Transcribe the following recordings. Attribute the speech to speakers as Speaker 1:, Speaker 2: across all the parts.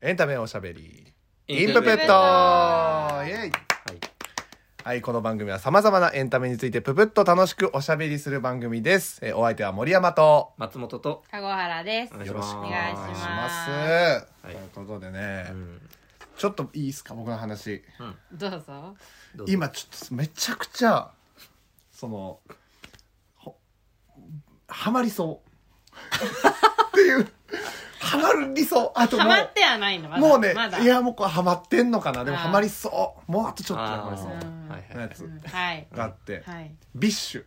Speaker 1: エンタメおしゃべりイ
Speaker 2: イ
Speaker 1: ン
Speaker 2: ン
Speaker 1: プ
Speaker 2: プ
Speaker 1: ペ
Speaker 2: ペ
Speaker 1: ッ
Speaker 2: ッ
Speaker 1: ト
Speaker 2: ト
Speaker 1: イエイはい、この番組は様々なエンタメについてププッと楽しくおしゃべりする番組です。えーお相手は森山と、
Speaker 2: 松本と、
Speaker 3: かごはらで
Speaker 2: お
Speaker 3: す。
Speaker 2: 願いし
Speaker 1: よ
Speaker 2: ま
Speaker 1: ろし
Speaker 2: す
Speaker 1: く
Speaker 3: お願いします
Speaker 1: ます
Speaker 2: はい
Speaker 1: ということでね、
Speaker 2: うん
Speaker 1: ちょっといいですか、僕の話。
Speaker 3: どうぞ。
Speaker 2: どうぞ
Speaker 1: 今ちょっとめちゃくちゃ、その、ほハマりそう。っていう、ハマりそう。あとも
Speaker 3: ハ
Speaker 1: う。
Speaker 3: マってはないの。まだ
Speaker 1: もうね、
Speaker 3: まだ。
Speaker 1: いや、もうこれハマってんのかな。でも
Speaker 3: あー
Speaker 1: ハマりそう。もうあとちょっとハマりそ
Speaker 3: あ
Speaker 1: う
Speaker 2: ーはい
Speaker 1: な
Speaker 2: はい
Speaker 1: や
Speaker 3: う
Speaker 1: つ
Speaker 3: んはい。
Speaker 1: があって、
Speaker 3: はい。
Speaker 1: ビッシュ。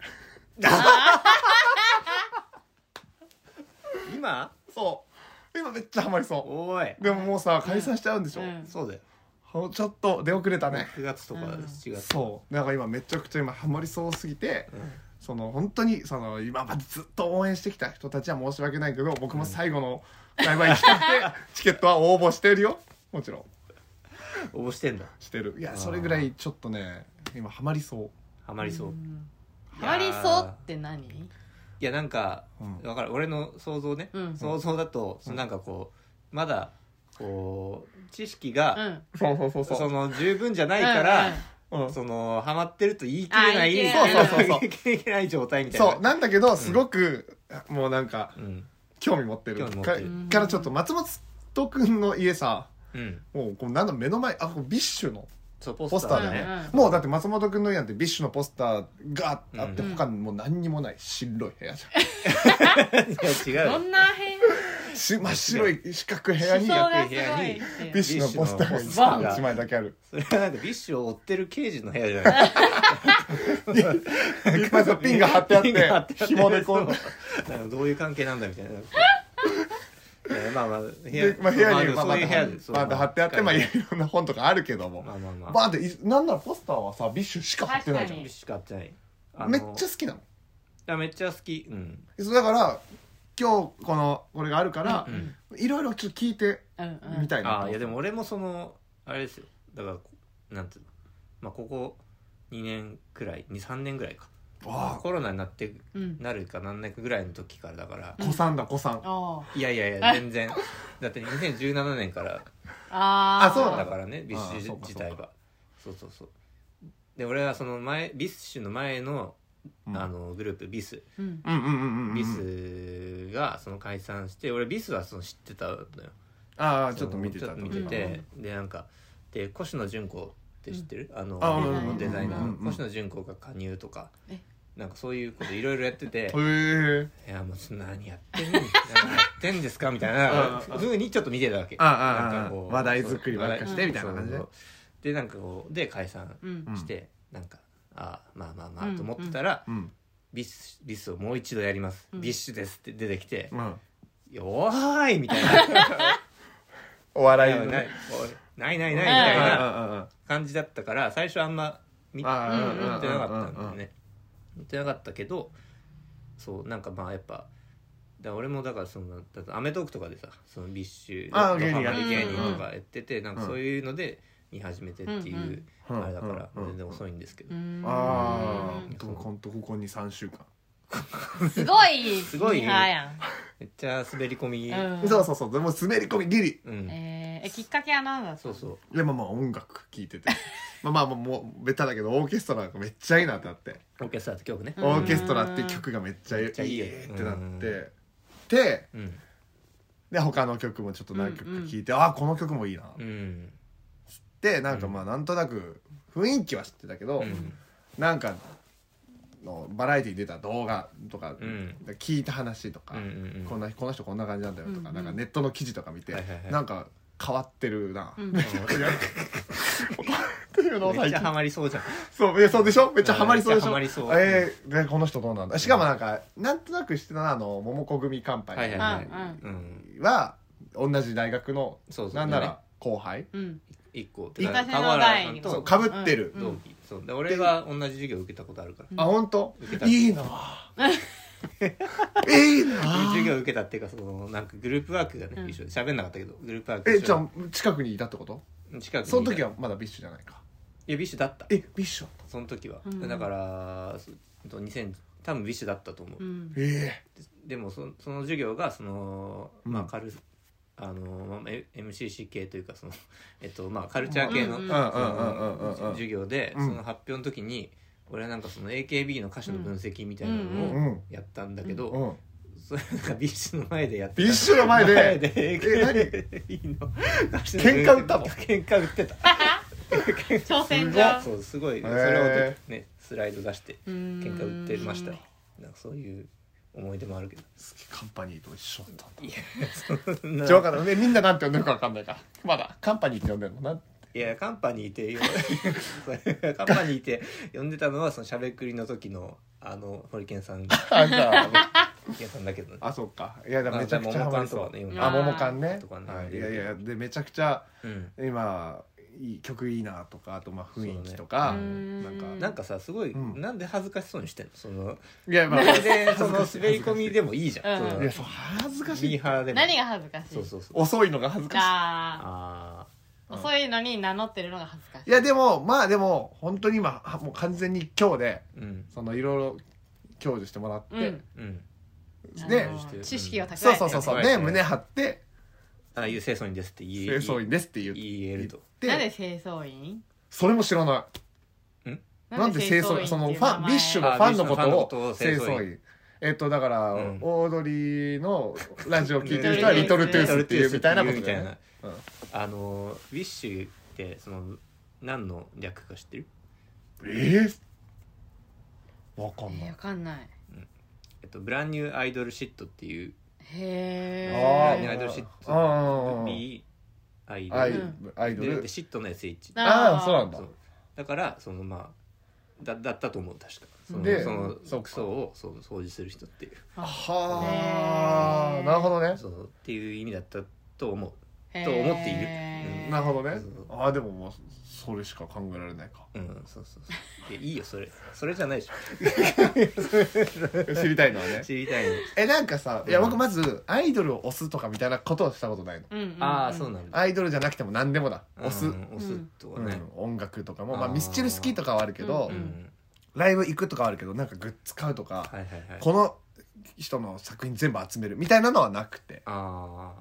Speaker 2: 今
Speaker 1: そう。今めっちゃハマりそ。
Speaker 2: おいう
Speaker 1: でももうさ、解散しちゃうんでしょ
Speaker 3: う。ん
Speaker 2: そうだよ
Speaker 1: ほちょっと出遅れたね。
Speaker 2: 9月とか7月
Speaker 1: そう。なんか今めちゃくちゃ今ハマりそうすぎて、
Speaker 2: ん
Speaker 1: その本当にその今までずっと応援してきた人たちは申し訳ないけど、僕も最後のライブは行きたくて、 チケットは応募してるよ。もちろん。
Speaker 2: 応募してんだ
Speaker 1: してる。い
Speaker 2: あ
Speaker 1: や、
Speaker 2: ー
Speaker 1: それぐらいちょっとね、今ハマりそう。
Speaker 2: ハマりそう
Speaker 3: うん
Speaker 2: いや
Speaker 3: ハマりそうって何？
Speaker 2: いやなんか
Speaker 1: うん
Speaker 2: わかる俺の想像ね
Speaker 3: うん
Speaker 2: 想像だとそのなんかこうまだこう知識が
Speaker 3: ん。
Speaker 1: そうそうそう
Speaker 2: その十分じゃないから
Speaker 3: うんうん
Speaker 1: うん
Speaker 2: そのハマってると言い切れな
Speaker 3: あ
Speaker 2: い
Speaker 3: 言い切れない
Speaker 1: そうそうそう
Speaker 2: 言い切れない状態みたいな
Speaker 1: そうなんだけどすごく、もうなんか
Speaker 2: うん
Speaker 1: 興味持ってる
Speaker 2: 興味持ってる
Speaker 1: かからちょっと松本君の家さ
Speaker 2: うん
Speaker 1: もうこうなんだ目の前あこうビッシュの
Speaker 2: そう
Speaker 1: ポ
Speaker 2: ポ
Speaker 1: ス
Speaker 2: ス
Speaker 1: タ
Speaker 2: タ
Speaker 1: ー
Speaker 2: ー
Speaker 1: だ
Speaker 2: だ
Speaker 1: ね
Speaker 2: ね
Speaker 3: うん
Speaker 1: もうだって松本君の家なんてビッシュのポスターがあって、
Speaker 2: うん
Speaker 1: 他にもう何にもない白い部屋じ
Speaker 2: いや違う
Speaker 3: ど
Speaker 2: よ
Speaker 3: んな辺？
Speaker 1: ゃ んし真っ白い四角い部屋
Speaker 3: 思
Speaker 1: に
Speaker 3: 想
Speaker 1: ビ
Speaker 3: がすごいっていう
Speaker 1: ッ。シュのポスター
Speaker 2: ビッシュのポスター
Speaker 1: が
Speaker 2: が
Speaker 1: 1枚だけある
Speaker 2: それはなんかビッシュを追ってる刑事の部屋じゃない
Speaker 1: いっぱいさピンが貼ってあっ
Speaker 2: ピンが貼
Speaker 1: て紐でこう
Speaker 2: そうなんかどういう関係なんだみたいないやまあまあ部
Speaker 1: でまあ、部屋に
Speaker 2: ま
Speaker 1: まあ
Speaker 2: あまあそういう部屋で
Speaker 1: まだ貼ってあって、まあ、いろんな本とかあるけども、
Speaker 2: まあまあまあ
Speaker 1: バーンっていなんならポスターはさビッシュしか貼ってないじゃ
Speaker 3: 確か
Speaker 1: ん
Speaker 3: に
Speaker 2: ビッシュ買ってないあの
Speaker 1: めっちゃ好きなの
Speaker 2: いやめっちゃ好きうん
Speaker 1: そうだから今日このこれがあるから
Speaker 2: う、ん
Speaker 1: いろいろちょっと聞いて
Speaker 3: うんうん。
Speaker 1: みたいな、
Speaker 2: ああいやでも俺もそのあれですよだからこなんていうのまあここ2年くらい23年ぐらいか
Speaker 1: あ
Speaker 2: コロナになって
Speaker 3: うん。
Speaker 2: なるかなんないかぐらいの時からだから
Speaker 1: あ子さんだ子さん
Speaker 3: あ
Speaker 2: いやいやいや 全然だって2017年から
Speaker 3: あ。あ
Speaker 1: あそう
Speaker 2: だ
Speaker 1: なの
Speaker 2: からねビッシ
Speaker 1: そう
Speaker 2: ュ
Speaker 1: か
Speaker 2: 自体はそうそうそうで俺はその前ビッシュの前の,、
Speaker 1: うん
Speaker 2: あのグループビス
Speaker 3: うん。
Speaker 1: うんうんうんうんうん
Speaker 2: ビスがその解散して、俺ビスはその知ってたのよ
Speaker 1: ああちょっと見てた
Speaker 2: ちょっと見
Speaker 3: ち
Speaker 2: て
Speaker 3: ょっと
Speaker 2: て、でなんかで越野純子って知ってる、あの
Speaker 1: あ
Speaker 3: うん
Speaker 2: デザイナー、
Speaker 1: うんうんうん
Speaker 2: 越野純子が加入とか
Speaker 3: え
Speaker 2: なんかそういうこといろいろやっ て
Speaker 1: へ
Speaker 2: て
Speaker 1: え
Speaker 2: いやもうちょっと何やってんの 何やってんですかみたいな
Speaker 1: うんうん
Speaker 2: ふうにちょっと見てたわけ
Speaker 1: ああああ
Speaker 2: なんかこう
Speaker 1: 話題作りばっかして
Speaker 2: そう
Speaker 1: みたいな感じね
Speaker 2: そうそうでなんかこうで解散
Speaker 3: うん。
Speaker 2: して、なんかああまあまあまあと思ってたら、
Speaker 1: うん
Speaker 2: ビスビスをもう一度やります、
Speaker 3: うん
Speaker 2: ビッシュですって出てきて
Speaker 1: うん
Speaker 2: 「よーい!」みた いな
Speaker 1: お
Speaker 2: 「
Speaker 1: 笑い
Speaker 2: ない
Speaker 1: の
Speaker 2: ない
Speaker 1: ね
Speaker 2: おいないないな
Speaker 1: う
Speaker 2: い」み
Speaker 1: ん
Speaker 2: たいな
Speaker 1: うんうんうん
Speaker 2: 感じだったから最初あんま見見てな
Speaker 1: ああ
Speaker 3: うん
Speaker 2: かったんだ
Speaker 1: うんうん
Speaker 2: よ
Speaker 1: うんうん
Speaker 2: ね見てなかったけどそうなんかまあやっぱだから俺もだからそのだってアメトークとかでさそのビッシュ
Speaker 1: ああ
Speaker 2: の
Speaker 1: 芸人や
Speaker 2: ハマり芸人と
Speaker 3: う
Speaker 2: かやっててなんかそういうので見始めてっていうあれだから全然遅いんですけど
Speaker 3: うん
Speaker 1: あ
Speaker 2: うん
Speaker 1: あでもほんとここに3週間
Speaker 3: すごい。
Speaker 2: すごい
Speaker 3: ミーハーやん
Speaker 2: めっちゃ滑り込み
Speaker 3: うん
Speaker 1: そうそうそうでも滑り込みギリ
Speaker 2: うん
Speaker 3: えーえきっかけは何だった
Speaker 2: そ
Speaker 3: の
Speaker 2: うそう
Speaker 1: いやまあまあ音楽聴い ててまあまあまあもうベタだけどオーケストラがめっちゃいいなってなって
Speaker 2: オーケストラって曲ね
Speaker 3: うん
Speaker 1: オーケストラって曲がめっちゃいい
Speaker 2: めっちゃいいよ
Speaker 1: ってなっ
Speaker 2: う
Speaker 1: てで
Speaker 2: うん
Speaker 1: で他の曲もちょっと何曲か聴いて、あこの曲もいいなっ
Speaker 2: うん
Speaker 1: てなんかまあなんとなく雰囲気は知ってたけど、
Speaker 2: うん
Speaker 1: なんかのバラエティに出た動画とか、
Speaker 2: うん
Speaker 1: 聞いた話とか、
Speaker 2: うんうん
Speaker 1: こんなこの人こんな感じなんだよとか,、
Speaker 3: うん
Speaker 1: なんかネットの記事とか見て、
Speaker 2: はいはいはい
Speaker 1: なんか変わってるな、
Speaker 3: うん
Speaker 1: めっちゃ変わってるのを
Speaker 2: めっ
Speaker 1: 最
Speaker 2: ちゃハ
Speaker 1: 近
Speaker 2: マりそうじゃん
Speaker 1: そうえそうでしょめっちゃハマりそうでし
Speaker 2: うん
Speaker 1: ょ、
Speaker 2: めっちゃハマりそう
Speaker 1: えーでこの人どうなんだしかもなんかなんとなくしてたなあの桃子組カンパニ
Speaker 2: はいはい
Speaker 1: ー
Speaker 2: はい
Speaker 3: うん
Speaker 2: うん
Speaker 1: は同じ大学の
Speaker 2: そうそう
Speaker 1: なんなら後輩
Speaker 3: うん。
Speaker 2: 一個
Speaker 1: 一個
Speaker 2: だから
Speaker 3: 私の代にも
Speaker 2: 田
Speaker 1: そ
Speaker 2: 原
Speaker 1: う
Speaker 2: さ
Speaker 1: かぶ
Speaker 2: んと
Speaker 1: ってる、
Speaker 3: うん
Speaker 2: 同期そうで俺が同じ授業受けたことあるから
Speaker 3: うん
Speaker 1: あ本当
Speaker 2: 受けた
Speaker 1: いいな いいな
Speaker 2: 授業受けたっていうかそのなんかグループワークがね
Speaker 3: うん
Speaker 2: 一緒で喋んなかったけどグループワーク
Speaker 1: え
Speaker 2: 一
Speaker 1: じゃ
Speaker 2: 緒
Speaker 1: あ近くにいたってこと
Speaker 2: で近くにいた
Speaker 1: その時はまだビッシュじゃないか
Speaker 2: いやビッシュだった
Speaker 1: えビッシュだった
Speaker 2: その時は
Speaker 3: うん
Speaker 2: だからそと2000多分ビッシュだったと思う
Speaker 3: うん。
Speaker 1: え
Speaker 2: でもそその授業がその
Speaker 1: うん
Speaker 2: まあカルあのまあえ MCC 系というかその、 えっとまあ、カルチャー系の
Speaker 3: うんうん
Speaker 1: うんうんうんうん
Speaker 2: その授業で、
Speaker 1: うん
Speaker 2: その発表の時に俺はなんかその AKB の歌手の分析みたいな
Speaker 1: う
Speaker 2: のを
Speaker 1: ん
Speaker 2: やったんだけど、
Speaker 1: うん
Speaker 2: それなんかビッシュの前でやってた
Speaker 1: ビッシュの前で
Speaker 2: で
Speaker 1: え
Speaker 2: AKB の
Speaker 1: 喧嘩売ったの
Speaker 2: 喧嘩売ってた
Speaker 3: 挑戦状
Speaker 2: そうすごい
Speaker 1: へ
Speaker 2: そ
Speaker 1: ー
Speaker 2: れをねスライド出して喧
Speaker 3: 喧
Speaker 2: 嘩売ってましたなんかそういう思い出もあるけど
Speaker 1: 好きカンパニーと一緒だったんだ
Speaker 2: いやそんな
Speaker 1: じゃあ分かんないみんななんて呼んでるか分かんないからまだカンパニーって呼んでるのなん
Speaker 2: いやカンパニーって呼 カンパニーって呼んでたのはそのしゃべくりの時のあのホリケンさんが
Speaker 1: あんた
Speaker 2: ホリケンさんだけどね
Speaker 1: あそうかいやだからめちゃくちゃ
Speaker 2: あ
Speaker 1: ハ
Speaker 2: 桃
Speaker 1: マ
Speaker 2: 缶
Speaker 1: り
Speaker 2: と
Speaker 1: そう
Speaker 2: かね今
Speaker 1: あ
Speaker 3: あー
Speaker 1: 桃缶ね
Speaker 2: とかね
Speaker 1: はいいやいやでめちゃくちゃ
Speaker 2: うん
Speaker 1: 今いい曲いいなとかあとまあ雰囲気と
Speaker 2: そ
Speaker 1: か、
Speaker 2: うね
Speaker 1: なんか
Speaker 2: なんかさすごい、
Speaker 1: うん
Speaker 2: なんで恥ずかしそうにしてんのその
Speaker 1: い やまあ
Speaker 2: でその滑り込みでもいいじゃん、
Speaker 3: うん
Speaker 2: その
Speaker 1: いやそう恥ずかし
Speaker 2: ミー
Speaker 1: い
Speaker 2: ハーでも
Speaker 3: 何が恥ずかしい
Speaker 2: そうそうそう
Speaker 1: 遅いのが恥ずかしい
Speaker 3: あ
Speaker 2: あ
Speaker 3: あ遅いのに名乗ってるのが恥ずかしい
Speaker 1: いやでもまあでも本当に今はもう完全に今日で
Speaker 2: ーうん
Speaker 1: そのいろいろ享受してもらって、
Speaker 3: うん
Speaker 2: うん
Speaker 1: で
Speaker 3: あの知識を蓄えて
Speaker 1: そうそうそうそう
Speaker 2: 蓄え
Speaker 1: ね
Speaker 2: て
Speaker 1: 胸張って
Speaker 2: ああいう清掃員ですって
Speaker 1: 「
Speaker 2: 言
Speaker 1: 清
Speaker 2: え
Speaker 1: 掃員です」って言っ
Speaker 2: 言えると
Speaker 1: て
Speaker 3: なんで清掃員
Speaker 1: それも知らなな
Speaker 3: なん
Speaker 1: で清掃員そのファンビッシュの
Speaker 2: あ
Speaker 1: ファンのこ
Speaker 2: ビッシュのファンのことと
Speaker 1: を
Speaker 2: を
Speaker 1: 清
Speaker 2: 清掃員
Speaker 1: 掃員えっとだから、
Speaker 2: うん
Speaker 1: オードリーのラジオ聞いてる人は「
Speaker 3: リ
Speaker 1: リト
Speaker 3: ト
Speaker 1: ル
Speaker 3: ル
Speaker 1: ト
Speaker 3: ト
Speaker 1: ゥース」っ
Speaker 3: ゥース
Speaker 1: ていうみたいなこと
Speaker 2: み
Speaker 1: だ
Speaker 2: た
Speaker 1: よ
Speaker 2: い
Speaker 1: ね
Speaker 2: なあのウィッシュってその何の略か知ってる
Speaker 1: うんえーわかん
Speaker 3: え
Speaker 1: な
Speaker 3: ー
Speaker 1: い
Speaker 3: わかんない
Speaker 2: えっとブランニューアイドルシットっていう
Speaker 3: へ
Speaker 1: あ
Speaker 2: ねアイ
Speaker 3: え
Speaker 2: ドルシット
Speaker 1: ああ
Speaker 2: B アイドル
Speaker 1: アイアイド
Speaker 2: で
Speaker 1: ル
Speaker 2: でシットの SH
Speaker 3: な
Speaker 1: ああそうなんだ
Speaker 2: そうだからそのまあだだったと思う確かその
Speaker 1: で
Speaker 2: そ
Speaker 1: そっ
Speaker 2: の
Speaker 1: か
Speaker 2: クソをそう掃除する人っていう
Speaker 1: はあ
Speaker 3: ね
Speaker 1: なるほどね
Speaker 2: そうっていう意味だったと思う
Speaker 3: へー
Speaker 2: と思っている
Speaker 1: なるほどね
Speaker 2: そう
Speaker 1: ああでもまあそれしか考えられないか
Speaker 2: うんそうそ うそういやいいよそれそれじゃないでしょ
Speaker 1: 知りたいのはね
Speaker 2: 知りたいの
Speaker 1: えなんかさいや僕まずアイドルを押すとかみたいなことはしたことないの
Speaker 3: うんうんうん
Speaker 2: ああそうなんだ
Speaker 1: アイドルじゃなくても何でもだ押す、
Speaker 2: うん押すとかね
Speaker 1: うん音楽とかもまあ
Speaker 2: あー
Speaker 1: ミスチル好きとかはあるけど、
Speaker 2: う
Speaker 3: うん
Speaker 1: ライブ行くとかはあるけどなんかグッズ買うとか、
Speaker 2: はいはいはい
Speaker 1: この人の作品全部集めるみたいなのはなくて
Speaker 2: ああ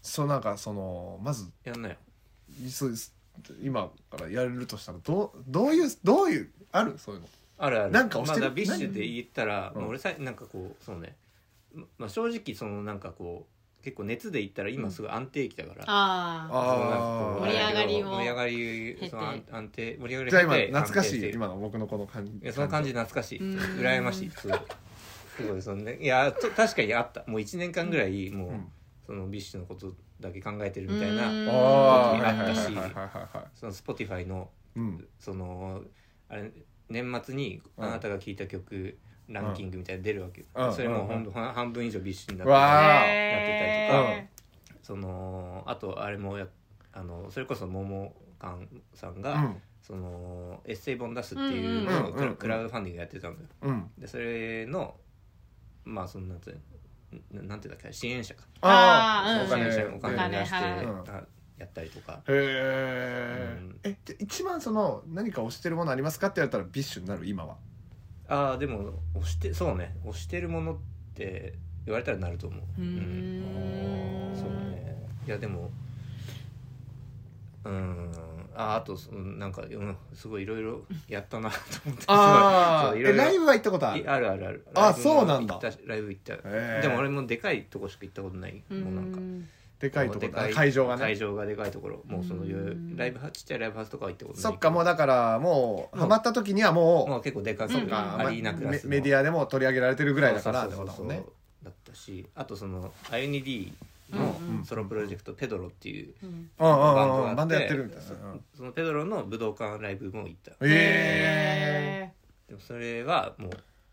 Speaker 1: そうなんかそのまず
Speaker 2: やんなよ
Speaker 1: そうです今からやるとしたらどうどういうどういうあるそういうの
Speaker 2: あるある
Speaker 1: なんか押してる
Speaker 2: まあだらビッシュで言ったら、
Speaker 1: うん
Speaker 2: まあ俺さなんかこうそうねままあ正直そのなんかこう結構熱で言ったら今すごい安定期だから、
Speaker 3: ああ
Speaker 2: そ
Speaker 1: あ
Speaker 2: うなんかこう
Speaker 1: ー
Speaker 3: 盛り上がりも
Speaker 2: 盛り上がり
Speaker 3: 経て
Speaker 2: その安安定盛り上がり
Speaker 1: じゃあ
Speaker 2: 経
Speaker 1: 今
Speaker 2: て
Speaker 1: 懐か
Speaker 2: 安定
Speaker 1: してい今の僕のこの感じ
Speaker 2: いやその感じ懐かしい
Speaker 3: うん
Speaker 2: 羨ましいすごいすごいそのねいやと確かにあったもう1年間ぐらいもう、
Speaker 1: うん
Speaker 2: そのビッシュのことだけ考えてるみたいな、
Speaker 3: うん
Speaker 1: ああ
Speaker 2: 時
Speaker 1: はい
Speaker 2: あ
Speaker 1: はいはい
Speaker 2: った
Speaker 1: は
Speaker 2: し
Speaker 1: いはいは
Speaker 2: その Spotify の
Speaker 1: いうん
Speaker 2: そのあれ年末に
Speaker 1: うん
Speaker 2: あなたが聴いた曲、ランキングみたいなの出るわけよ、
Speaker 1: うん
Speaker 2: それもうほんと、半半分以上ビッシュになって
Speaker 1: わあ
Speaker 2: た
Speaker 1: ー
Speaker 3: へ
Speaker 1: やってたり
Speaker 2: そのあとあれもやあのそれこそ桃缶さんが、
Speaker 1: うん
Speaker 2: そのエッセイ本出すっていう
Speaker 3: う
Speaker 1: うん
Speaker 3: ん
Speaker 2: のをク
Speaker 1: うん
Speaker 2: ラ,、
Speaker 1: うん
Speaker 2: クラウドファンディングやってたのよ
Speaker 1: うん
Speaker 2: でそれのまあそのなんてななんていうんだっけ支援者か
Speaker 3: あー
Speaker 1: ああ
Speaker 3: うん
Speaker 2: 支援者
Speaker 1: へ
Speaker 2: お金を出して、
Speaker 3: お金
Speaker 1: 払う
Speaker 2: あやったりとか
Speaker 1: え
Speaker 2: うん
Speaker 1: えじゃあ一番その何か推してるものありますかって言われたらビッシュになる今は
Speaker 2: ああでも押してそうね押してるものって言われたらなると思う
Speaker 3: うー
Speaker 2: うん
Speaker 3: ん
Speaker 2: そうねいやでもうんああとそのなんか、うん、すごいいろいろやったなと思って
Speaker 1: あ
Speaker 2: そういろ
Speaker 1: え
Speaker 2: いろ
Speaker 1: ライブは行ったことあ
Speaker 2: い
Speaker 1: る
Speaker 2: あるあるあ
Speaker 1: あ
Speaker 2: るライブも
Speaker 1: そうなんだ
Speaker 2: 行ったライブ行った、
Speaker 1: へー
Speaker 2: でも俺もでかいとこしか行ったことない、
Speaker 3: うーん
Speaker 2: もうなんか
Speaker 1: でかいとこ
Speaker 2: でかい
Speaker 1: 会場が
Speaker 2: 会
Speaker 1: ね
Speaker 2: 場がでかいところもうその
Speaker 3: うん
Speaker 2: ライブハちっちゃいライブハウスとかは行ったことない
Speaker 1: そっかもうだからもうハマった時にはもう
Speaker 2: もう結構でかい
Speaker 3: そっ
Speaker 1: あ
Speaker 3: か
Speaker 1: ーま
Speaker 2: アリーナクラスの
Speaker 1: メメディアでも取り上げられてるぐらいだからって
Speaker 2: そ
Speaker 1: こ
Speaker 2: う
Speaker 1: と
Speaker 2: そう
Speaker 1: だ
Speaker 2: そ
Speaker 1: も
Speaker 2: うんそう
Speaker 1: ね
Speaker 2: だったしあとその IND の
Speaker 3: うんうん
Speaker 2: ソロプロジェクト「ペドロ」っていう
Speaker 3: うん
Speaker 1: うんうんうん
Speaker 2: バンドがあ
Speaker 1: う
Speaker 2: っ
Speaker 1: ん
Speaker 2: て
Speaker 1: バンドやってるみたいなうん
Speaker 2: そのペドロの武道館ライブも行った
Speaker 1: ええ
Speaker 3: へ
Speaker 2: でもそれはもう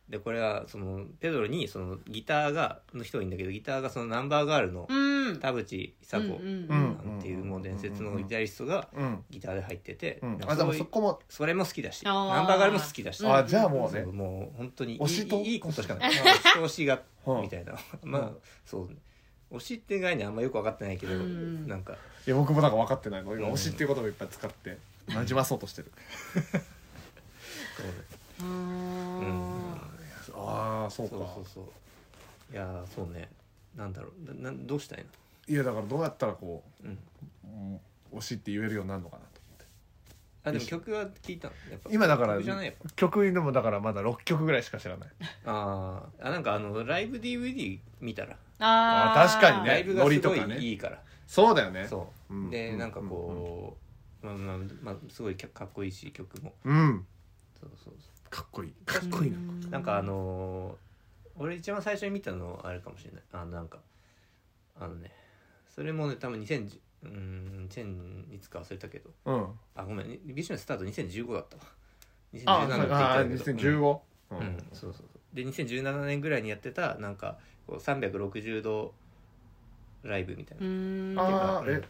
Speaker 2: でこれはそのペドロにそのギターがの人がいいんだけどギターがそのナンバーガールの
Speaker 3: ーうん
Speaker 2: 田淵久子
Speaker 3: うんう
Speaker 1: うん
Speaker 3: ん
Speaker 2: なんていうもう伝説のギタリストが
Speaker 1: うん
Speaker 2: ギターで入ってて、
Speaker 1: うん
Speaker 2: なん
Speaker 1: あ
Speaker 2: か
Speaker 1: で
Speaker 2: そ
Speaker 1: も
Speaker 2: ういう
Speaker 1: そこも
Speaker 2: それも好きだし
Speaker 3: あー
Speaker 2: ナンバーガールも好きだし、
Speaker 3: うん
Speaker 1: あじゃあもう
Speaker 2: そう
Speaker 1: ね
Speaker 2: もう本当にいい
Speaker 1: 推しと
Speaker 2: いいことしかない推しが
Speaker 1: うん
Speaker 2: みたいな まあそう推しって概念あんまよく分かってないけど、
Speaker 3: うん
Speaker 2: なんか
Speaker 1: いや僕もなんか分かってないの今
Speaker 2: うん
Speaker 1: 推しっていう言葉いっぱい使ってなじまそうとしてる
Speaker 2: そう
Speaker 3: う
Speaker 2: う
Speaker 3: ー
Speaker 2: ん
Speaker 3: ん
Speaker 1: ああそう
Speaker 2: そうそうそういやーそうねなんだろうななどうしたいの
Speaker 1: いやだからどうやったらこ
Speaker 2: うん
Speaker 1: う、うん推しって言えるようになるのかなと思って
Speaker 2: あでも曲は聞いたのやっぱ
Speaker 1: 今だから
Speaker 2: 曲じゃないやっ
Speaker 1: 曲でもだからまだ6曲ぐらいしか知らない
Speaker 2: ぱあーあなんかあのライブ DVD 見たら
Speaker 3: あ
Speaker 1: あ確かにね
Speaker 2: ライブがすご
Speaker 1: ノリとかね
Speaker 2: いいいから、
Speaker 1: そうだよね
Speaker 2: そう、
Speaker 1: うん
Speaker 2: で
Speaker 1: うん
Speaker 2: なんかこう、まあまあ、まあ、すごいかかっこいいし曲も
Speaker 1: うん
Speaker 2: そうそうそ
Speaker 1: かっこいい
Speaker 3: か
Speaker 1: かっこいいな
Speaker 2: うなんかあのー俺一番最初に見たのあれかもしれないあのなんかあのねそれもね多分2010うーん2000いつか忘れたけど
Speaker 1: うん
Speaker 2: あごめんビジュのスタート2015だったわ
Speaker 1: あ
Speaker 2: 2017って言
Speaker 1: あ
Speaker 2: ってたけど
Speaker 1: 2015うん
Speaker 2: うん、そうそうそうで2017年ぐらいにやってたなんかこう360度ライブみたいな
Speaker 3: う、ーん
Speaker 1: ああえ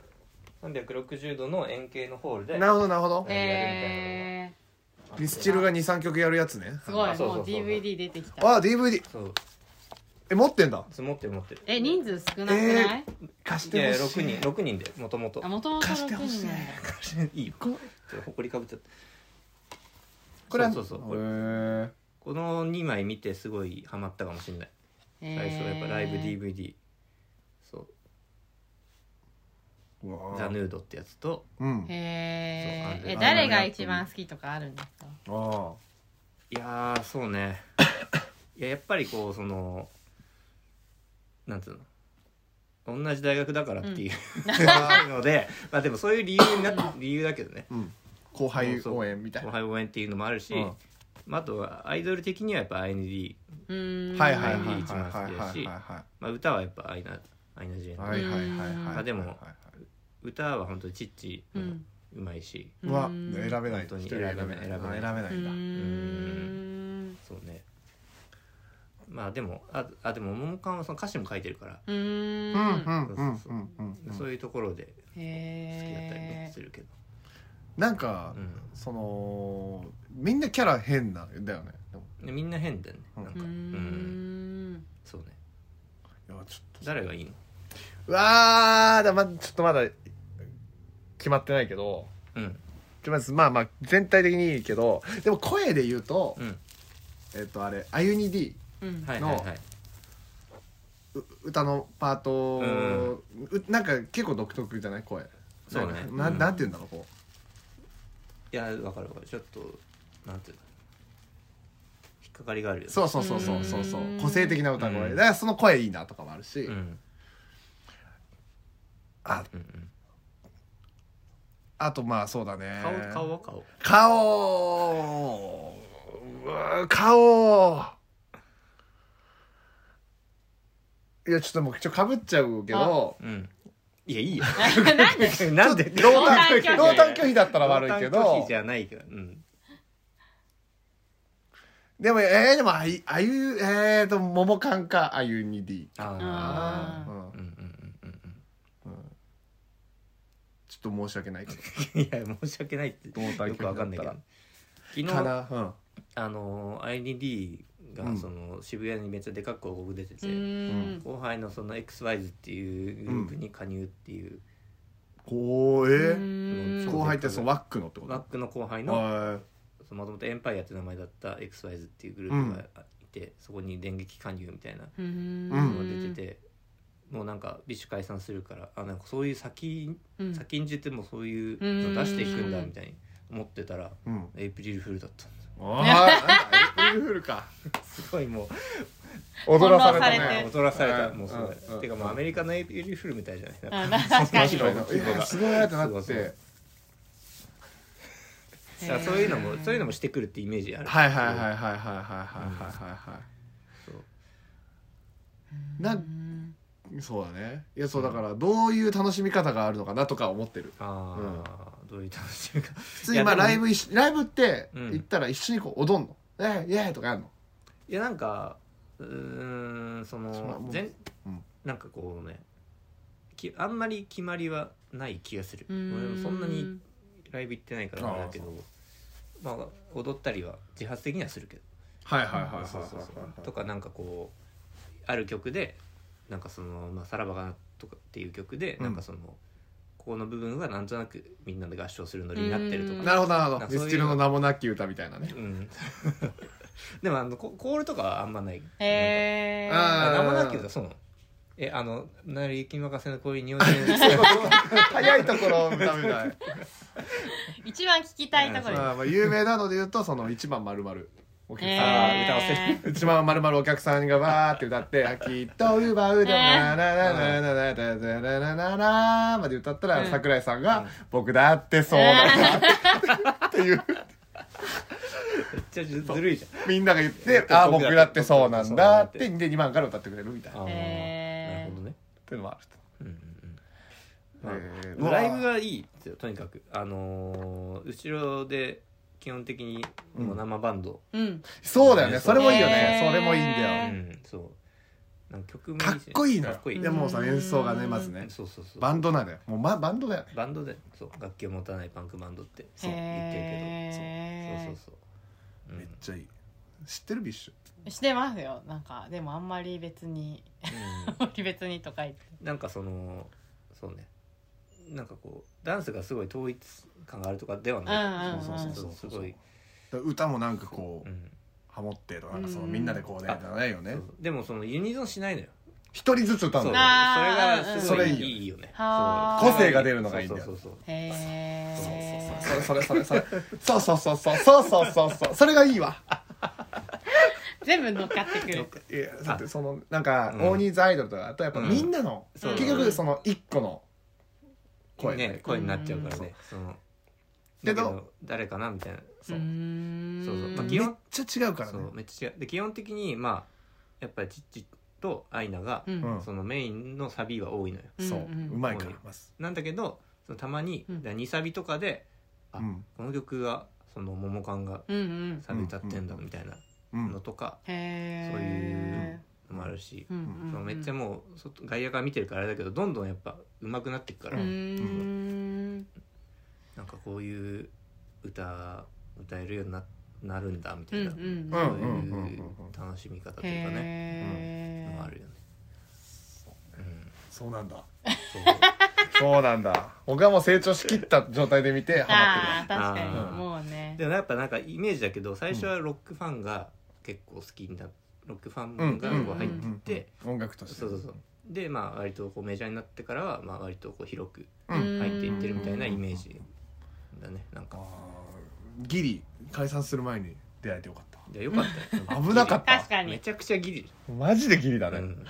Speaker 2: 360度の円形のホールで
Speaker 1: なるほどなるほど
Speaker 2: え
Speaker 3: え
Speaker 1: ミスチルが23曲やるやつね
Speaker 3: ー、すご
Speaker 2: あ
Speaker 3: い
Speaker 2: そう
Speaker 3: も
Speaker 2: そう
Speaker 3: う
Speaker 2: そうそう
Speaker 3: DVD 出てきた
Speaker 1: あ DVD
Speaker 2: そう
Speaker 1: え持ってんだ
Speaker 2: 積もってる持ってる
Speaker 3: え人数少なくない、
Speaker 1: 貸
Speaker 2: いや6人六人でもともと
Speaker 3: あもともと
Speaker 1: 貸して
Speaker 3: 6
Speaker 1: ほしい
Speaker 3: 人なん だ
Speaker 2: いいよちょっとほこりかぶっちゃった
Speaker 1: これは
Speaker 2: そうそうそう
Speaker 1: へー
Speaker 2: この2枚見てすごいハマったかもしれない最初はやっぱライブ DVD そう
Speaker 1: うわ
Speaker 2: 「
Speaker 1: ー
Speaker 2: ザ・ヌード」ってやつと
Speaker 1: うん
Speaker 3: へ
Speaker 2: そう
Speaker 3: え
Speaker 2: あの
Speaker 3: 誰が一番好きとかあるんですか
Speaker 1: あ
Speaker 2: いやーそ うねいややっぱりこうそのなんつうの同じ大学だからっていう、 のでまあでもそういう理由になって理由だけどね
Speaker 1: ーうん後輩応援みたい
Speaker 2: 後
Speaker 1: な
Speaker 2: 輩応援っていうのもあるし、
Speaker 1: うん
Speaker 2: まあ、あとはアイドル的にはやっぱ IND、
Speaker 3: うーん
Speaker 1: はいはいはい
Speaker 2: 後
Speaker 1: はい
Speaker 2: 輩一番好
Speaker 1: はい
Speaker 2: き
Speaker 1: は
Speaker 2: だし
Speaker 1: いは
Speaker 2: まあ、歌はやっぱアイナアイナジェン、
Speaker 1: いはいはいはいはいはい
Speaker 2: まあでも
Speaker 1: はいはい
Speaker 2: 歌は本当にチッチ
Speaker 3: う
Speaker 2: も
Speaker 3: ん
Speaker 2: うまいし、
Speaker 1: うわ
Speaker 3: うん
Speaker 1: 選べない
Speaker 2: 本当に
Speaker 1: 一人選べない
Speaker 2: 選べない
Speaker 1: あ選べな
Speaker 3: う
Speaker 1: い
Speaker 3: ー
Speaker 1: んだ
Speaker 3: ん
Speaker 2: そうねまあでもああでもももかんはその歌詞も書いてるから、
Speaker 3: う
Speaker 1: う
Speaker 3: ー
Speaker 1: ん
Speaker 3: ん
Speaker 1: うんうんうんうんう
Speaker 2: そ
Speaker 1: ん
Speaker 2: ういうところで好きだったり
Speaker 3: へ
Speaker 2: ね
Speaker 3: え
Speaker 2: するけど、
Speaker 1: なんか
Speaker 2: うん
Speaker 1: そのみんなキャラ変なんだよねでも
Speaker 2: でみんな変だよね
Speaker 1: う
Speaker 2: なんんか、
Speaker 3: うーん
Speaker 2: そうね
Speaker 1: いやちょっと
Speaker 2: 誰がいいの
Speaker 1: うわーだまちょっとまだ決まってないけど
Speaker 2: うん
Speaker 1: とりあえずまあまあ全体的にいいけどでも声で言うと、
Speaker 2: うん
Speaker 1: えっ、とあれ「あゆに D」
Speaker 3: うん
Speaker 2: はいはいはいう
Speaker 1: 歌のパート、
Speaker 2: うん
Speaker 1: うなんか結構独特じゃない声
Speaker 2: そうね
Speaker 1: な
Speaker 2: うん
Speaker 1: なんて言うんだろうこ
Speaker 2: いやわかるわかるちょっとなんていうの引っかかりがあるよ
Speaker 1: う
Speaker 2: ね
Speaker 1: そうそうそうそうそうそう個性的な歌声、
Speaker 2: うん
Speaker 1: だからその声いいなとかもあるし、
Speaker 2: うん
Speaker 1: あ
Speaker 2: うんうん
Speaker 1: あとまあそうだね
Speaker 2: 顔顔は
Speaker 1: 顔
Speaker 2: 顔
Speaker 1: うわー顔いやちょっともうちょかぶっちゃうけど
Speaker 2: うんいや いいよ
Speaker 3: なんで
Speaker 2: なんで
Speaker 1: ちょっと
Speaker 3: 同担拒否
Speaker 1: 同担拒否だったら悪いけ
Speaker 2: 同担拒
Speaker 1: ど
Speaker 2: 否じゃないからうん
Speaker 1: でもえー、でもあいあゆえーとももかんかあゆに D
Speaker 2: あ
Speaker 1: う
Speaker 3: あ
Speaker 1: ん
Speaker 2: あうんうんうんうん
Speaker 1: ちょっと申し訳ないけど
Speaker 2: うんいや申し訳ないって
Speaker 1: 同担拒否だったら
Speaker 2: よくわかんないけど昨
Speaker 1: か
Speaker 2: 日
Speaker 1: なうん
Speaker 2: あの IDD
Speaker 1: う
Speaker 2: が
Speaker 1: ん
Speaker 2: その渋谷にめっちゃでかく広告出て
Speaker 3: う
Speaker 2: て、
Speaker 3: ーん
Speaker 2: 後輩のその XYZ っていうグループに加入っていう、
Speaker 1: こう
Speaker 3: う
Speaker 1: えー
Speaker 3: ーん
Speaker 1: 後輩ってそのワックのってこと
Speaker 2: ワックの後輩の
Speaker 1: は
Speaker 2: もともとエンパイアって名前だった XYZ っていうグループがいて、そこに電撃加入みたいな
Speaker 3: うーん
Speaker 2: のが出てて、もうなんかビッシュ解散するからあなんかそういう先,、
Speaker 3: うん
Speaker 2: 先んじてもそういう
Speaker 3: うん
Speaker 2: の出していくんだみたいに思ってたら、
Speaker 1: い うん
Speaker 2: エイプリルフールだったんです
Speaker 1: ああエイプリルフールか
Speaker 2: すごいも
Speaker 1: 踊らされた
Speaker 2: う、
Speaker 1: ね
Speaker 3: うん
Speaker 2: 踊らされた、
Speaker 1: うん
Speaker 2: もうすごい、
Speaker 1: うん
Speaker 2: てかもうアメリカのエイプリルフールみたいじゃないなんか
Speaker 3: あ確かに
Speaker 1: 確かにいやすごいなってなって
Speaker 2: そうだからそういうのもそういうのもしてくるってイメージある
Speaker 1: はいはいはいはいはいはいはいはいはいは
Speaker 2: そう
Speaker 1: いな
Speaker 3: うーん
Speaker 1: そうだねいやそうだからどういう楽しみ方があるのかなとか思ってる
Speaker 2: ああ、どういう楽しみか
Speaker 1: 普通にまあ
Speaker 2: いやでも
Speaker 1: ライブ一緒ライブって
Speaker 2: うん
Speaker 1: 行ったら一緒にこう踊んの「えイエーイ!」とかやるの
Speaker 2: いやなんかうーんその
Speaker 1: そんなもん
Speaker 2: 全、
Speaker 1: うん
Speaker 2: なんかこうねきあんまり決まりはない気がする
Speaker 3: う
Speaker 2: 俺
Speaker 3: ー
Speaker 2: もそんなにライブ行ってないから
Speaker 1: あー
Speaker 2: あれだけどまあ踊ったりは自発的にはするけど
Speaker 1: はいはいはい
Speaker 2: そうそうそうとかなんかこうある曲でなんかその「まあ、さらばがな」とかっていう曲で、
Speaker 1: うん
Speaker 2: なんかそのここの部分がなんとなくみんなで合唱するノリになってるとか
Speaker 1: なるほどなるほ
Speaker 2: な
Speaker 1: ど
Speaker 2: んかそういう
Speaker 1: ミスチルの名もなき歌みたいなね
Speaker 2: うん でもあのココールとかはあんまない
Speaker 3: へえ
Speaker 1: あー
Speaker 2: あ名もなき歌そうなのえあのなり雪任せの恋に 落ちる
Speaker 1: 早いところを歌うみたい
Speaker 3: 一番聞きたいところ
Speaker 1: まあまあ有名なので言うとその一番まるまるお客さん、
Speaker 3: え
Speaker 2: あー歌わせる
Speaker 1: 一番まるまるお客さんがわーって歌 って「きっと奪うだなななななななななななな」まで歌ったら
Speaker 3: うん
Speaker 1: 桜井さんが「僕だってそうだな」 っていう
Speaker 2: めっちゃずるいじ
Speaker 1: みんなが言っ
Speaker 2: え
Speaker 1: て
Speaker 2: っ
Speaker 1: 「
Speaker 2: と
Speaker 1: あー
Speaker 2: 僕
Speaker 1: 僕だ
Speaker 2: だ
Speaker 1: ってそうなんだ」っ
Speaker 2: 僕だって
Speaker 1: てで2番から歌ってくれるみたい
Speaker 2: ゃん
Speaker 1: なっ
Speaker 2: あーな
Speaker 3: へー
Speaker 2: るほどね
Speaker 1: ていうのもある
Speaker 2: うんうんうん
Speaker 1: えー
Speaker 2: ま
Speaker 1: うわ
Speaker 2: あライブがいいですよとにかくあのー後ろで基本的にもう生バンド、
Speaker 3: うん
Speaker 1: そうだよねそれもいいよね
Speaker 3: えー
Speaker 1: それもいいん
Speaker 2: う
Speaker 1: だ
Speaker 2: ん
Speaker 1: よ
Speaker 2: そうなんか曲も
Speaker 1: かっこいいの
Speaker 2: か
Speaker 1: よ
Speaker 2: っこいい
Speaker 1: でもうさ演奏がねまずね
Speaker 2: そうそうそう
Speaker 1: バンドなんだよもうまバンドだよね
Speaker 2: バンドでそう楽器を持たないパンクバンドってそう言ってるけど
Speaker 3: へ
Speaker 2: そ
Speaker 3: ー
Speaker 2: うそうそうそう、うん
Speaker 1: めっちゃいい知ってるビッシュ
Speaker 3: してますよなんかでもあんまり別にあんまり別にとか言って
Speaker 2: うんなんかそのそうねなんかこうダンスがすごい統一感があるとかではない、
Speaker 3: うんうんうん
Speaker 2: そうそうそうすごい、
Speaker 1: だから歌もなんかこ
Speaker 2: う
Speaker 1: うんハモってとかなんかそうの
Speaker 3: ん
Speaker 1: みんなでこうね
Speaker 2: あ
Speaker 1: じゃないよ
Speaker 2: そ
Speaker 1: ね
Speaker 2: うでもそのユニゾンしないのよ
Speaker 1: 一人ずつ歌う
Speaker 2: そうそ
Speaker 1: の
Speaker 2: れ
Speaker 3: あー
Speaker 2: がすご
Speaker 1: うん
Speaker 2: い
Speaker 1: うん
Speaker 2: いいよね
Speaker 3: はー
Speaker 2: そう
Speaker 3: 個
Speaker 1: 性が出るのがいいんだよ
Speaker 2: そうそうそう
Speaker 3: へえ
Speaker 1: それそれそれそれそうそうそうそうそうそうそうそうそれがいいわ
Speaker 3: 全部乗っかってく
Speaker 2: 乗
Speaker 3: る
Speaker 2: っか
Speaker 1: いやだってそのなんか
Speaker 2: うん
Speaker 1: 大人数アイドルとかあとやっぱみんなの
Speaker 2: そう
Speaker 1: 結局その一個の声
Speaker 2: ね声になっちゃうからねその
Speaker 1: けど
Speaker 2: だけど誰かなみたいな
Speaker 3: う
Speaker 2: そ
Speaker 3: ー
Speaker 2: うんそうそうまあ
Speaker 1: め
Speaker 2: 基
Speaker 1: っ
Speaker 2: 本
Speaker 1: ちゃ違うから
Speaker 2: そ
Speaker 1: ね
Speaker 2: うめっちゃ違うで基本的にまあやっぱりチッチとアイナが、
Speaker 3: うん
Speaker 1: うん
Speaker 2: そのメインのサビは多いのよ
Speaker 3: ん
Speaker 1: そう
Speaker 3: うん
Speaker 1: うまいからまず
Speaker 2: なんだけどそのたまに、
Speaker 3: う
Speaker 2: だ
Speaker 3: ん
Speaker 2: から2サビとかであ
Speaker 1: うん
Speaker 2: この曲がその桃缶が
Speaker 3: うんうん
Speaker 2: サビ歌ってんだ
Speaker 1: うん
Speaker 2: みたいな
Speaker 1: う
Speaker 2: の
Speaker 1: ん
Speaker 2: とか
Speaker 3: へえ
Speaker 2: そういうのもあるし、
Speaker 3: うんうん
Speaker 2: そううんめっちゃもう外外野から見てるからあれだけどどんどんやっぱ上手くなっていくから、
Speaker 3: うーん
Speaker 2: なんかこういう歌歌えるようにななるんだみた
Speaker 3: う
Speaker 2: い
Speaker 3: んうん
Speaker 2: な、
Speaker 3: うん
Speaker 1: う
Speaker 2: そう
Speaker 1: んうんうんうんうん
Speaker 2: いう楽しみ方というかね、
Speaker 3: へ
Speaker 2: のがあ
Speaker 3: え
Speaker 2: るよね。うん
Speaker 1: そうなんだ
Speaker 2: そう
Speaker 1: そうなんだ僕はもう成長しきった状態で見てハマってる
Speaker 3: ああ確か
Speaker 2: あー
Speaker 3: にもうね
Speaker 2: でもやっぱなんかイメージだけど最初はロックファンが結構好きになロックファンがこう入って
Speaker 1: うん
Speaker 2: きて、
Speaker 1: 音楽として
Speaker 2: そうそうそうでまあ割とこうメジャーになってからはまあ割とこう広く
Speaker 1: うん
Speaker 3: うん
Speaker 2: 入っていってるみたいなイメージだねなんか
Speaker 1: あーギリ解散する前に出会えてよかった
Speaker 2: いやよかった よ
Speaker 1: 危なかった
Speaker 3: 確か
Speaker 2: め
Speaker 3: に
Speaker 2: ちゃくちゃギリ
Speaker 1: マジでギリだ
Speaker 2: だ
Speaker 1: ね、
Speaker 2: ね、うんめ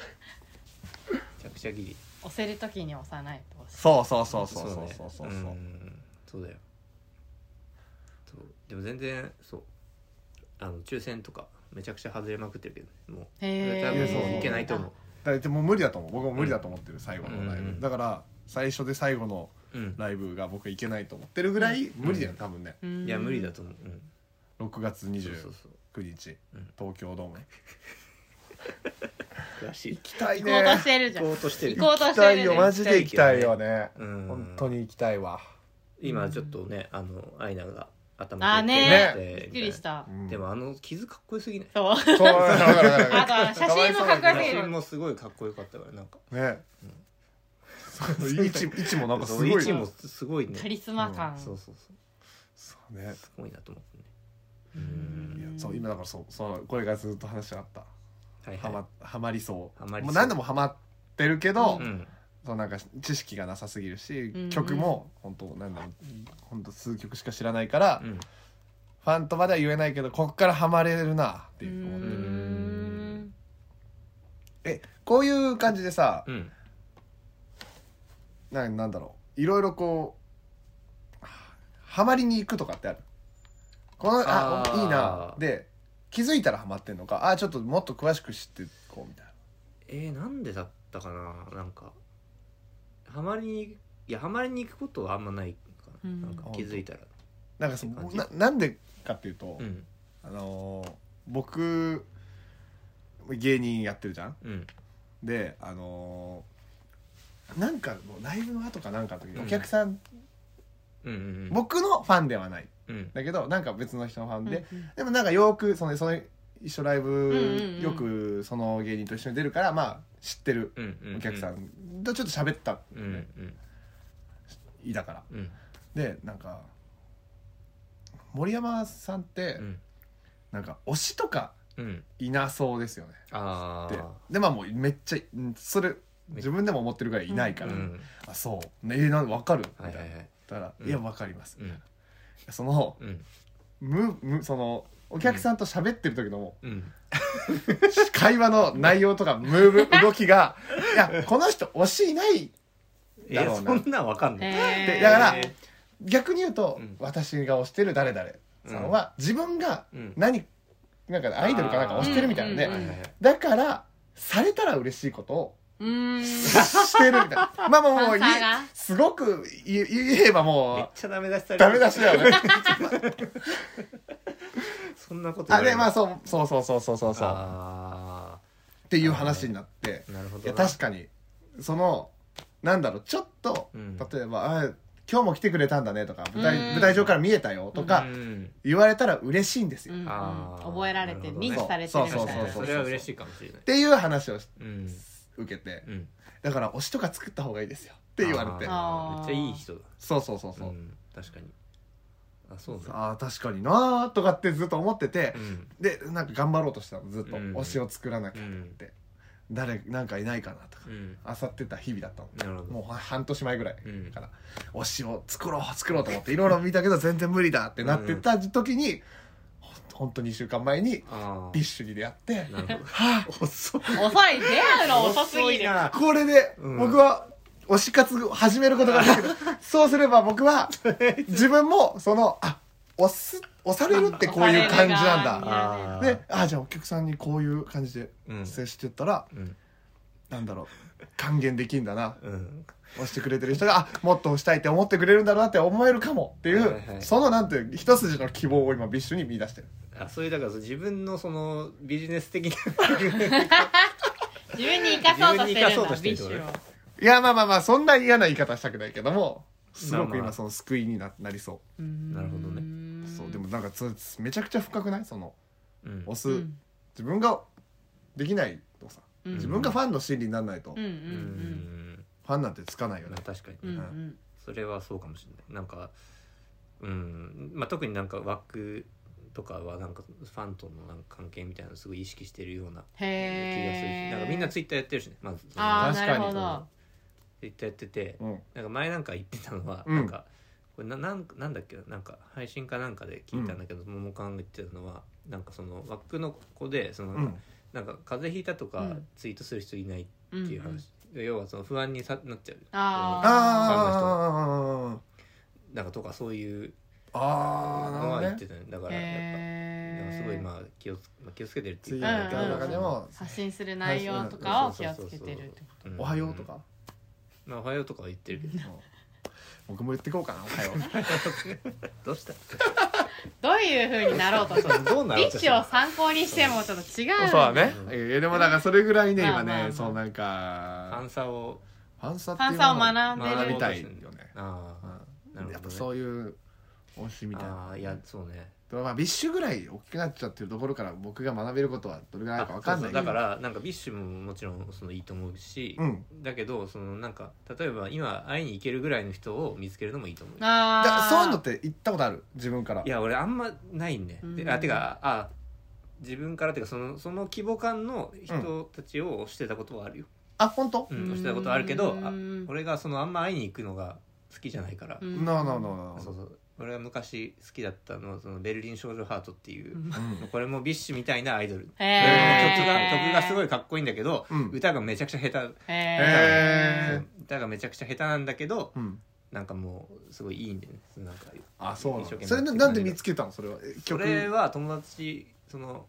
Speaker 2: ちゃくちゃギリ
Speaker 3: 押せるときに押さないと
Speaker 1: そうそうそうそうそう
Speaker 2: ね
Speaker 1: そうそうそう、
Speaker 2: んそうだよそうでも全然そうあの抽選とかめちゃくちゃ外れまくってるけどねもう
Speaker 3: へ
Speaker 2: 多
Speaker 1: そう
Speaker 2: 分
Speaker 3: え
Speaker 2: いけないと思
Speaker 1: だってもう無理だと思う僕も無理だと思ってる最後のライブ、
Speaker 2: うん
Speaker 1: だから最初で最後の
Speaker 2: う、うん、
Speaker 1: ライブが僕はいけないと思ってるぐらい無理だよ多分ね
Speaker 3: う
Speaker 2: いや無理だと思う、うん、
Speaker 1: 6月
Speaker 2: そう
Speaker 1: 29
Speaker 2: そうそう
Speaker 1: 日
Speaker 2: うん
Speaker 1: 東京ドーム
Speaker 2: 悔しい
Speaker 1: 行きたい
Speaker 3: 行こうと
Speaker 1: ね
Speaker 3: してるじゃん
Speaker 2: 行こうとしてる
Speaker 3: 行こうと
Speaker 1: 行
Speaker 3: し
Speaker 1: き
Speaker 3: て
Speaker 1: た
Speaker 3: る
Speaker 1: い
Speaker 3: じゃ
Speaker 1: よ
Speaker 3: ん
Speaker 1: マジで行きたいよね
Speaker 2: うん
Speaker 1: 本当に行きたいわ
Speaker 2: 今ちょっとねあのアイナが頭
Speaker 3: あー
Speaker 2: に手
Speaker 3: ね
Speaker 2: 入れて
Speaker 3: びっくりした
Speaker 1: うん
Speaker 2: でもあの傷かっこよすぎない
Speaker 3: そう
Speaker 1: そうだからだからだから
Speaker 3: あと写真もかっこよ
Speaker 2: 写
Speaker 3: すぎ
Speaker 2: 真
Speaker 3: る
Speaker 2: もすごいかっこよかったからなんか
Speaker 1: ねそう位置位置もなんかす
Speaker 2: そ
Speaker 1: ご
Speaker 2: う
Speaker 1: い
Speaker 2: 位置もすごいね
Speaker 3: カリスマ感
Speaker 2: そうそうそう
Speaker 1: そうね
Speaker 2: すごいなと思ってね
Speaker 3: う
Speaker 1: いや
Speaker 3: ん
Speaker 1: そう今だからそうそうこれがずっと話があった
Speaker 2: はい
Speaker 1: は
Speaker 2: は
Speaker 1: まはまりそう
Speaker 2: はまり
Speaker 1: も
Speaker 2: そう
Speaker 1: う何度もはまってるけど、
Speaker 2: いうん
Speaker 1: そのなんか知識がなさすぎるし、
Speaker 3: んうん
Speaker 1: 曲も本当なんだろう本当数曲しか知らないから、
Speaker 2: うん
Speaker 1: ファンとまでは言えないけどこっからハマれるなって
Speaker 3: う
Speaker 1: いう、思って
Speaker 3: ん
Speaker 1: えこういう感じでさ
Speaker 2: うん
Speaker 1: ななんだろういろいろこうはハマりに行くとかってあるこのあ
Speaker 2: あー
Speaker 1: いいなで気づいたらハマってんのかあちょっともっと詳しく知ってこうみたいな
Speaker 2: えー、なんでだったかななんかハマりにいやハマりに行くことはあんまないかな,、
Speaker 3: うん
Speaker 2: なんか気づいたら
Speaker 1: なんかそ
Speaker 2: って感
Speaker 1: の
Speaker 2: じ
Speaker 1: ななんでかっていうと、
Speaker 2: うん
Speaker 1: あのー僕芸人やってるじゃん
Speaker 2: うん
Speaker 1: であのーなんかのライブの後かなんかの時に
Speaker 2: うん
Speaker 1: お客さん、
Speaker 2: うんうん
Speaker 1: 僕のファンではない
Speaker 2: うん
Speaker 1: だけどなんか別の人のファンで、
Speaker 3: うん
Speaker 1: でもなんかよくそのその一緒ライブ、
Speaker 3: んうん
Speaker 1: よくその芸人と一緒に出るからまあ知ってる
Speaker 2: うんうん
Speaker 1: お客さんとちょっと喋った
Speaker 2: うんうん
Speaker 1: いだから
Speaker 2: うん
Speaker 1: でなんか森山さんって
Speaker 2: うん
Speaker 1: なんか推しとか
Speaker 2: うん
Speaker 1: いなそうですよね
Speaker 2: あ
Speaker 1: で
Speaker 2: あ
Speaker 1: でまあもうめっちゃうんそれ自分でも思ってるぐらいいないか
Speaker 2: う
Speaker 1: ら、
Speaker 2: ん
Speaker 1: あそう、ね、えなんわかるみた
Speaker 2: はいい
Speaker 1: な、
Speaker 2: はい
Speaker 1: だ
Speaker 2: はい
Speaker 1: から、
Speaker 2: うん
Speaker 1: いやわかります、
Speaker 2: うん
Speaker 1: その
Speaker 2: うん
Speaker 1: むむそのお客さんと喋ってる時のもう
Speaker 2: うん
Speaker 1: 会話の内容と かムーブ動きがいやこの人推しいない
Speaker 2: い
Speaker 1: だ
Speaker 2: や
Speaker 1: ろ
Speaker 2: そう
Speaker 1: なん
Speaker 2: なんわかんない
Speaker 1: でだから
Speaker 2: へー
Speaker 1: 逆に言うと、
Speaker 2: うん
Speaker 1: 私が推してる誰々さんは、自分が
Speaker 2: うん
Speaker 1: 何なんかアイドルかなんか推してるみたいなんで、
Speaker 3: あーうんうんうん
Speaker 2: はいはいはい
Speaker 1: だからされたら嬉しいことを
Speaker 3: うーん
Speaker 1: してるみたいなまあまあ もうい
Speaker 3: ファンサーが
Speaker 1: すごく言言えば
Speaker 2: めっ
Speaker 1: も
Speaker 2: ちゃダメ出しされ
Speaker 1: う
Speaker 2: て
Speaker 1: ダメ
Speaker 2: る
Speaker 1: 出しだよ ね
Speaker 2: そんなこと
Speaker 1: あでまあ
Speaker 2: そ
Speaker 1: そうそうそうそうそうそうそう
Speaker 2: あ
Speaker 1: っていう話になって
Speaker 2: ーなるほど
Speaker 1: いや
Speaker 2: な
Speaker 1: 確かにそのなんだろうちょっと、
Speaker 2: うん
Speaker 1: 例えばあ「今日も来てくれたんだね」とか舞台
Speaker 3: うん
Speaker 1: 舞台上から見えたよ」と
Speaker 2: う
Speaker 1: か
Speaker 2: ん
Speaker 1: 言われたら嬉しいんです
Speaker 3: う
Speaker 1: よ、
Speaker 3: んうん
Speaker 2: あー
Speaker 3: 覚えられてる
Speaker 2: なるほどね
Speaker 3: 認知されてるみ
Speaker 1: そう
Speaker 3: たい
Speaker 1: そう
Speaker 3: な
Speaker 1: そう
Speaker 2: それは嬉しいかもしれない
Speaker 1: っていう話をし
Speaker 2: うん
Speaker 1: 受けて
Speaker 2: うん
Speaker 1: だから推しとか作った方がいいですよって言われて
Speaker 3: あー
Speaker 2: あーめっちゃいい人だ
Speaker 1: そうそうそうそう、
Speaker 2: ん確かにあそうだ
Speaker 1: ああ確かになーとかってずっと思ってて
Speaker 2: う、ん
Speaker 1: でなんか頑張ろうとしたのずっと、
Speaker 2: うん
Speaker 1: 推しを作らなきゃと思って、誰なんかいないかなとか
Speaker 2: うん
Speaker 1: あさってた日々だったの
Speaker 2: なるほど
Speaker 1: もうは半年前ぐらい
Speaker 2: うん
Speaker 1: から、推しを作ろう作ろうと思っていろいろ見たけど全然無理だってなってた時に、ほん、ほんと2週間前に
Speaker 2: あ
Speaker 1: ビッシュに出会って
Speaker 2: あなるほ
Speaker 1: はあ遅い
Speaker 3: 遅い出会うの遅すぎる
Speaker 2: な
Speaker 1: これで
Speaker 2: うん
Speaker 1: 僕は推し活を始めることが できるそうすれば僕は自分もそのあ押す押されるってこういう感じなんだ
Speaker 2: あー
Speaker 1: で、あじゃあお客さんにこういう感じで
Speaker 2: うん
Speaker 1: 接してったら、
Speaker 2: うん
Speaker 1: なんだろう還元できんだな
Speaker 2: うん
Speaker 1: 押してくれてる人があもっと押したいって思ってくれるんだろうなって思えるかもっていう、
Speaker 2: はいはい
Speaker 1: そのなんていう一筋の希望を今ビッシュに見出してる
Speaker 2: あそういうだから自分のそのビジネス的な
Speaker 3: 自分に生かそうとし
Speaker 2: 自分に
Speaker 3: てる
Speaker 2: 生かそうんと
Speaker 3: だ
Speaker 2: して
Speaker 3: ビ
Speaker 2: るってこ
Speaker 3: ッシ
Speaker 2: とね
Speaker 3: ュを
Speaker 1: いやまあまあまあそんな嫌な言い方したくないけどもすご
Speaker 2: まあま
Speaker 1: く
Speaker 2: あ
Speaker 1: 今その救いにななりそう
Speaker 3: ー
Speaker 2: なるほど
Speaker 1: う、
Speaker 3: ね
Speaker 1: そうでもなんかつめちゃくちゃ深くないその
Speaker 2: うん
Speaker 1: 押す、
Speaker 3: うん
Speaker 1: 自分ができないとさ
Speaker 3: うん
Speaker 1: 自分がファンの心理にならないと、
Speaker 3: うんう
Speaker 2: うんん
Speaker 1: ファンなんてつかないよね
Speaker 2: まあ、確かに
Speaker 3: うんう
Speaker 2: ね
Speaker 3: んうん
Speaker 2: それはそうかもしれないなんかうんまあ特になんか枠とかはなんかファンとのなんか関係みたいなのすごい意識してるような気がするし
Speaker 3: へえ
Speaker 2: なんかみんなツイッターやってるしねまず
Speaker 3: あー
Speaker 1: 確
Speaker 3: な
Speaker 1: か
Speaker 3: る
Speaker 1: に
Speaker 3: ほど
Speaker 2: ツイッターやってて
Speaker 1: うん
Speaker 2: なんか前なんか言ってたのは、
Speaker 1: うん
Speaker 2: なんかこれななんなんだっけななんか配信かなんかで聞いたんだけど、ももかんが言ってたのはなんかその枠の子でその、
Speaker 1: うん
Speaker 2: なんか風邪ひいたと
Speaker 3: う
Speaker 2: か
Speaker 3: ん
Speaker 2: ツイートする人いないって
Speaker 3: うん
Speaker 2: いう話、要はその不安にさなっちゃう
Speaker 3: あ
Speaker 1: あ
Speaker 2: なんかとかそういう
Speaker 1: あああなる
Speaker 2: の
Speaker 1: ほ
Speaker 2: は
Speaker 1: ど
Speaker 2: 言っ
Speaker 1: ね
Speaker 2: てたねだか
Speaker 3: ー
Speaker 2: らやっぱなん
Speaker 3: へ
Speaker 2: か
Speaker 3: ー
Speaker 2: すごいまあ気をつまあ気をつけてるって
Speaker 1: ツ
Speaker 2: い
Speaker 1: イ
Speaker 2: う
Speaker 1: ッ
Speaker 2: か
Speaker 1: ターの中でも
Speaker 3: 発信する内容とかを気をつけてるってこ
Speaker 1: 「
Speaker 2: うん
Speaker 1: おはよう」とか
Speaker 2: まあおはようとかは言ってるけど
Speaker 1: 僕も言ってこうかな「おはよう」
Speaker 2: どうした
Speaker 3: とどういう風に なろうとしてる
Speaker 2: どうな
Speaker 3: ビ
Speaker 2: ろう
Speaker 3: ッ
Speaker 2: とし
Speaker 3: シ
Speaker 2: て
Speaker 3: ュを参考にしてもちょっと違う
Speaker 1: そうだね
Speaker 2: うん
Speaker 1: いやでもなんかそれぐらいね
Speaker 3: ま
Speaker 1: 今
Speaker 3: あまあま
Speaker 1: ね
Speaker 3: あ
Speaker 1: そうなん
Speaker 2: ア
Speaker 1: か
Speaker 2: ンサーを
Speaker 1: ファンサって
Speaker 3: ファ
Speaker 1: い
Speaker 3: ン
Speaker 1: う
Speaker 3: サ
Speaker 1: の
Speaker 3: を
Speaker 1: を
Speaker 3: 学んで
Speaker 1: 学
Speaker 3: る
Speaker 1: びたいよね
Speaker 2: ああな
Speaker 1: う
Speaker 2: るほど
Speaker 1: ん
Speaker 2: ね
Speaker 1: やっぱそういう推しみたい
Speaker 2: あ
Speaker 1: な
Speaker 2: あいやそうね
Speaker 1: まあビッシュぐらい大きくなっちゃってるところから僕が学べることはどれぐらいあるかわかんない
Speaker 2: あそうそうだからなんかビッシュももちろんそのいいと思うし、
Speaker 1: うん
Speaker 2: だけどそのなんか例えば今会いに行けるぐらいの人を見つけるのもいいと思う
Speaker 1: だから
Speaker 3: ああ
Speaker 1: そういうのって言ったことある自分から
Speaker 2: いや俺あんまないね、
Speaker 3: うん
Speaker 2: であてかあ自分からてかそのその規模感の人たちを推してたことはあるよ、
Speaker 1: あ本当
Speaker 2: うん推してたことはあるけど
Speaker 3: う
Speaker 2: あ
Speaker 3: ん
Speaker 2: 俺がそのあんま会いに行くのが好きじゃないから、
Speaker 3: うん
Speaker 1: なあなあなあなあ
Speaker 2: そうそう俺が昔好きだったのはそのベルリン少女ハートっていう、
Speaker 3: うん
Speaker 1: うん
Speaker 2: これもビッシュみたいなアイドル、曲
Speaker 3: へえ
Speaker 2: が曲がすごいかっこいいんだけど、
Speaker 1: うん
Speaker 2: 歌がめちゃくちゃ下手
Speaker 3: へ
Speaker 1: へ
Speaker 3: え
Speaker 2: 歌がめちゃくちゃ下手なんだけど
Speaker 1: うん
Speaker 2: なんかもうすごいいいんだよねそのなんか
Speaker 1: あそうな
Speaker 2: 一
Speaker 1: の
Speaker 2: 生懸命
Speaker 1: それななんで見つけたのそれはえ
Speaker 2: そ
Speaker 1: 曲
Speaker 2: れは友達その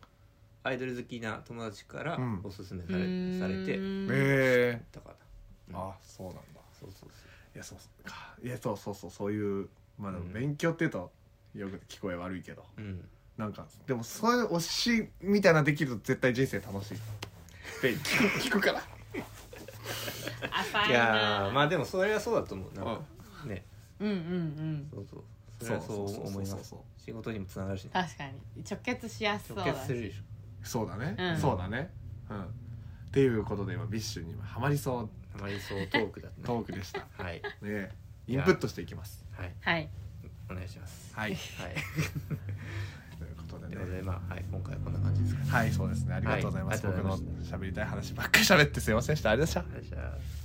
Speaker 2: アイドル好きな友達から
Speaker 1: うん
Speaker 2: おすすめさ
Speaker 3: う
Speaker 2: れ,、
Speaker 3: ん
Speaker 2: されて
Speaker 1: え
Speaker 2: だから
Speaker 1: えあそうなんだ
Speaker 2: そうそう
Speaker 1: いやそうかいやそうそうそうそういうまあでも
Speaker 2: うん
Speaker 1: 勉強っていうとよく聞こえ悪いけど
Speaker 2: そううん
Speaker 1: なんかでもそういう推しみたいなのできると絶対人生楽しいって聞く聞くから
Speaker 3: 浅い
Speaker 2: いや
Speaker 3: な
Speaker 2: ーまあでもそれはそうだと思うなんかね
Speaker 3: うんうんうん
Speaker 2: そうそうそれはそう思い
Speaker 1: そ
Speaker 2: ま
Speaker 1: う
Speaker 2: す
Speaker 1: そう
Speaker 2: 仕事にもつながるしね
Speaker 3: 確かに直結しやすそう
Speaker 2: 直
Speaker 3: だ
Speaker 2: 結するでしょ
Speaker 1: そうだね、
Speaker 3: うん
Speaker 1: そうだねうんっていうことで今ビッシュに今ハマりそ
Speaker 2: あまりそうトークだっ
Speaker 1: う
Speaker 2: たね
Speaker 1: トークで した
Speaker 2: はい
Speaker 1: ね
Speaker 2: い
Speaker 1: イン
Speaker 2: や
Speaker 1: プットしていきます
Speaker 2: はい
Speaker 3: はい
Speaker 2: お願いします
Speaker 1: はい
Speaker 2: はい
Speaker 1: ということでこと
Speaker 2: と
Speaker 1: で
Speaker 2: いうこと
Speaker 1: ね
Speaker 2: でまあ、はい、今回はこんな感じですかね
Speaker 1: はいそうですねありがとうございます、
Speaker 2: はいあり
Speaker 1: 僕
Speaker 2: がとうご
Speaker 1: の
Speaker 2: ざいま
Speaker 1: 喋りたい話ばっかり喋ってすいませんでしたあれでした
Speaker 2: はいじゃあ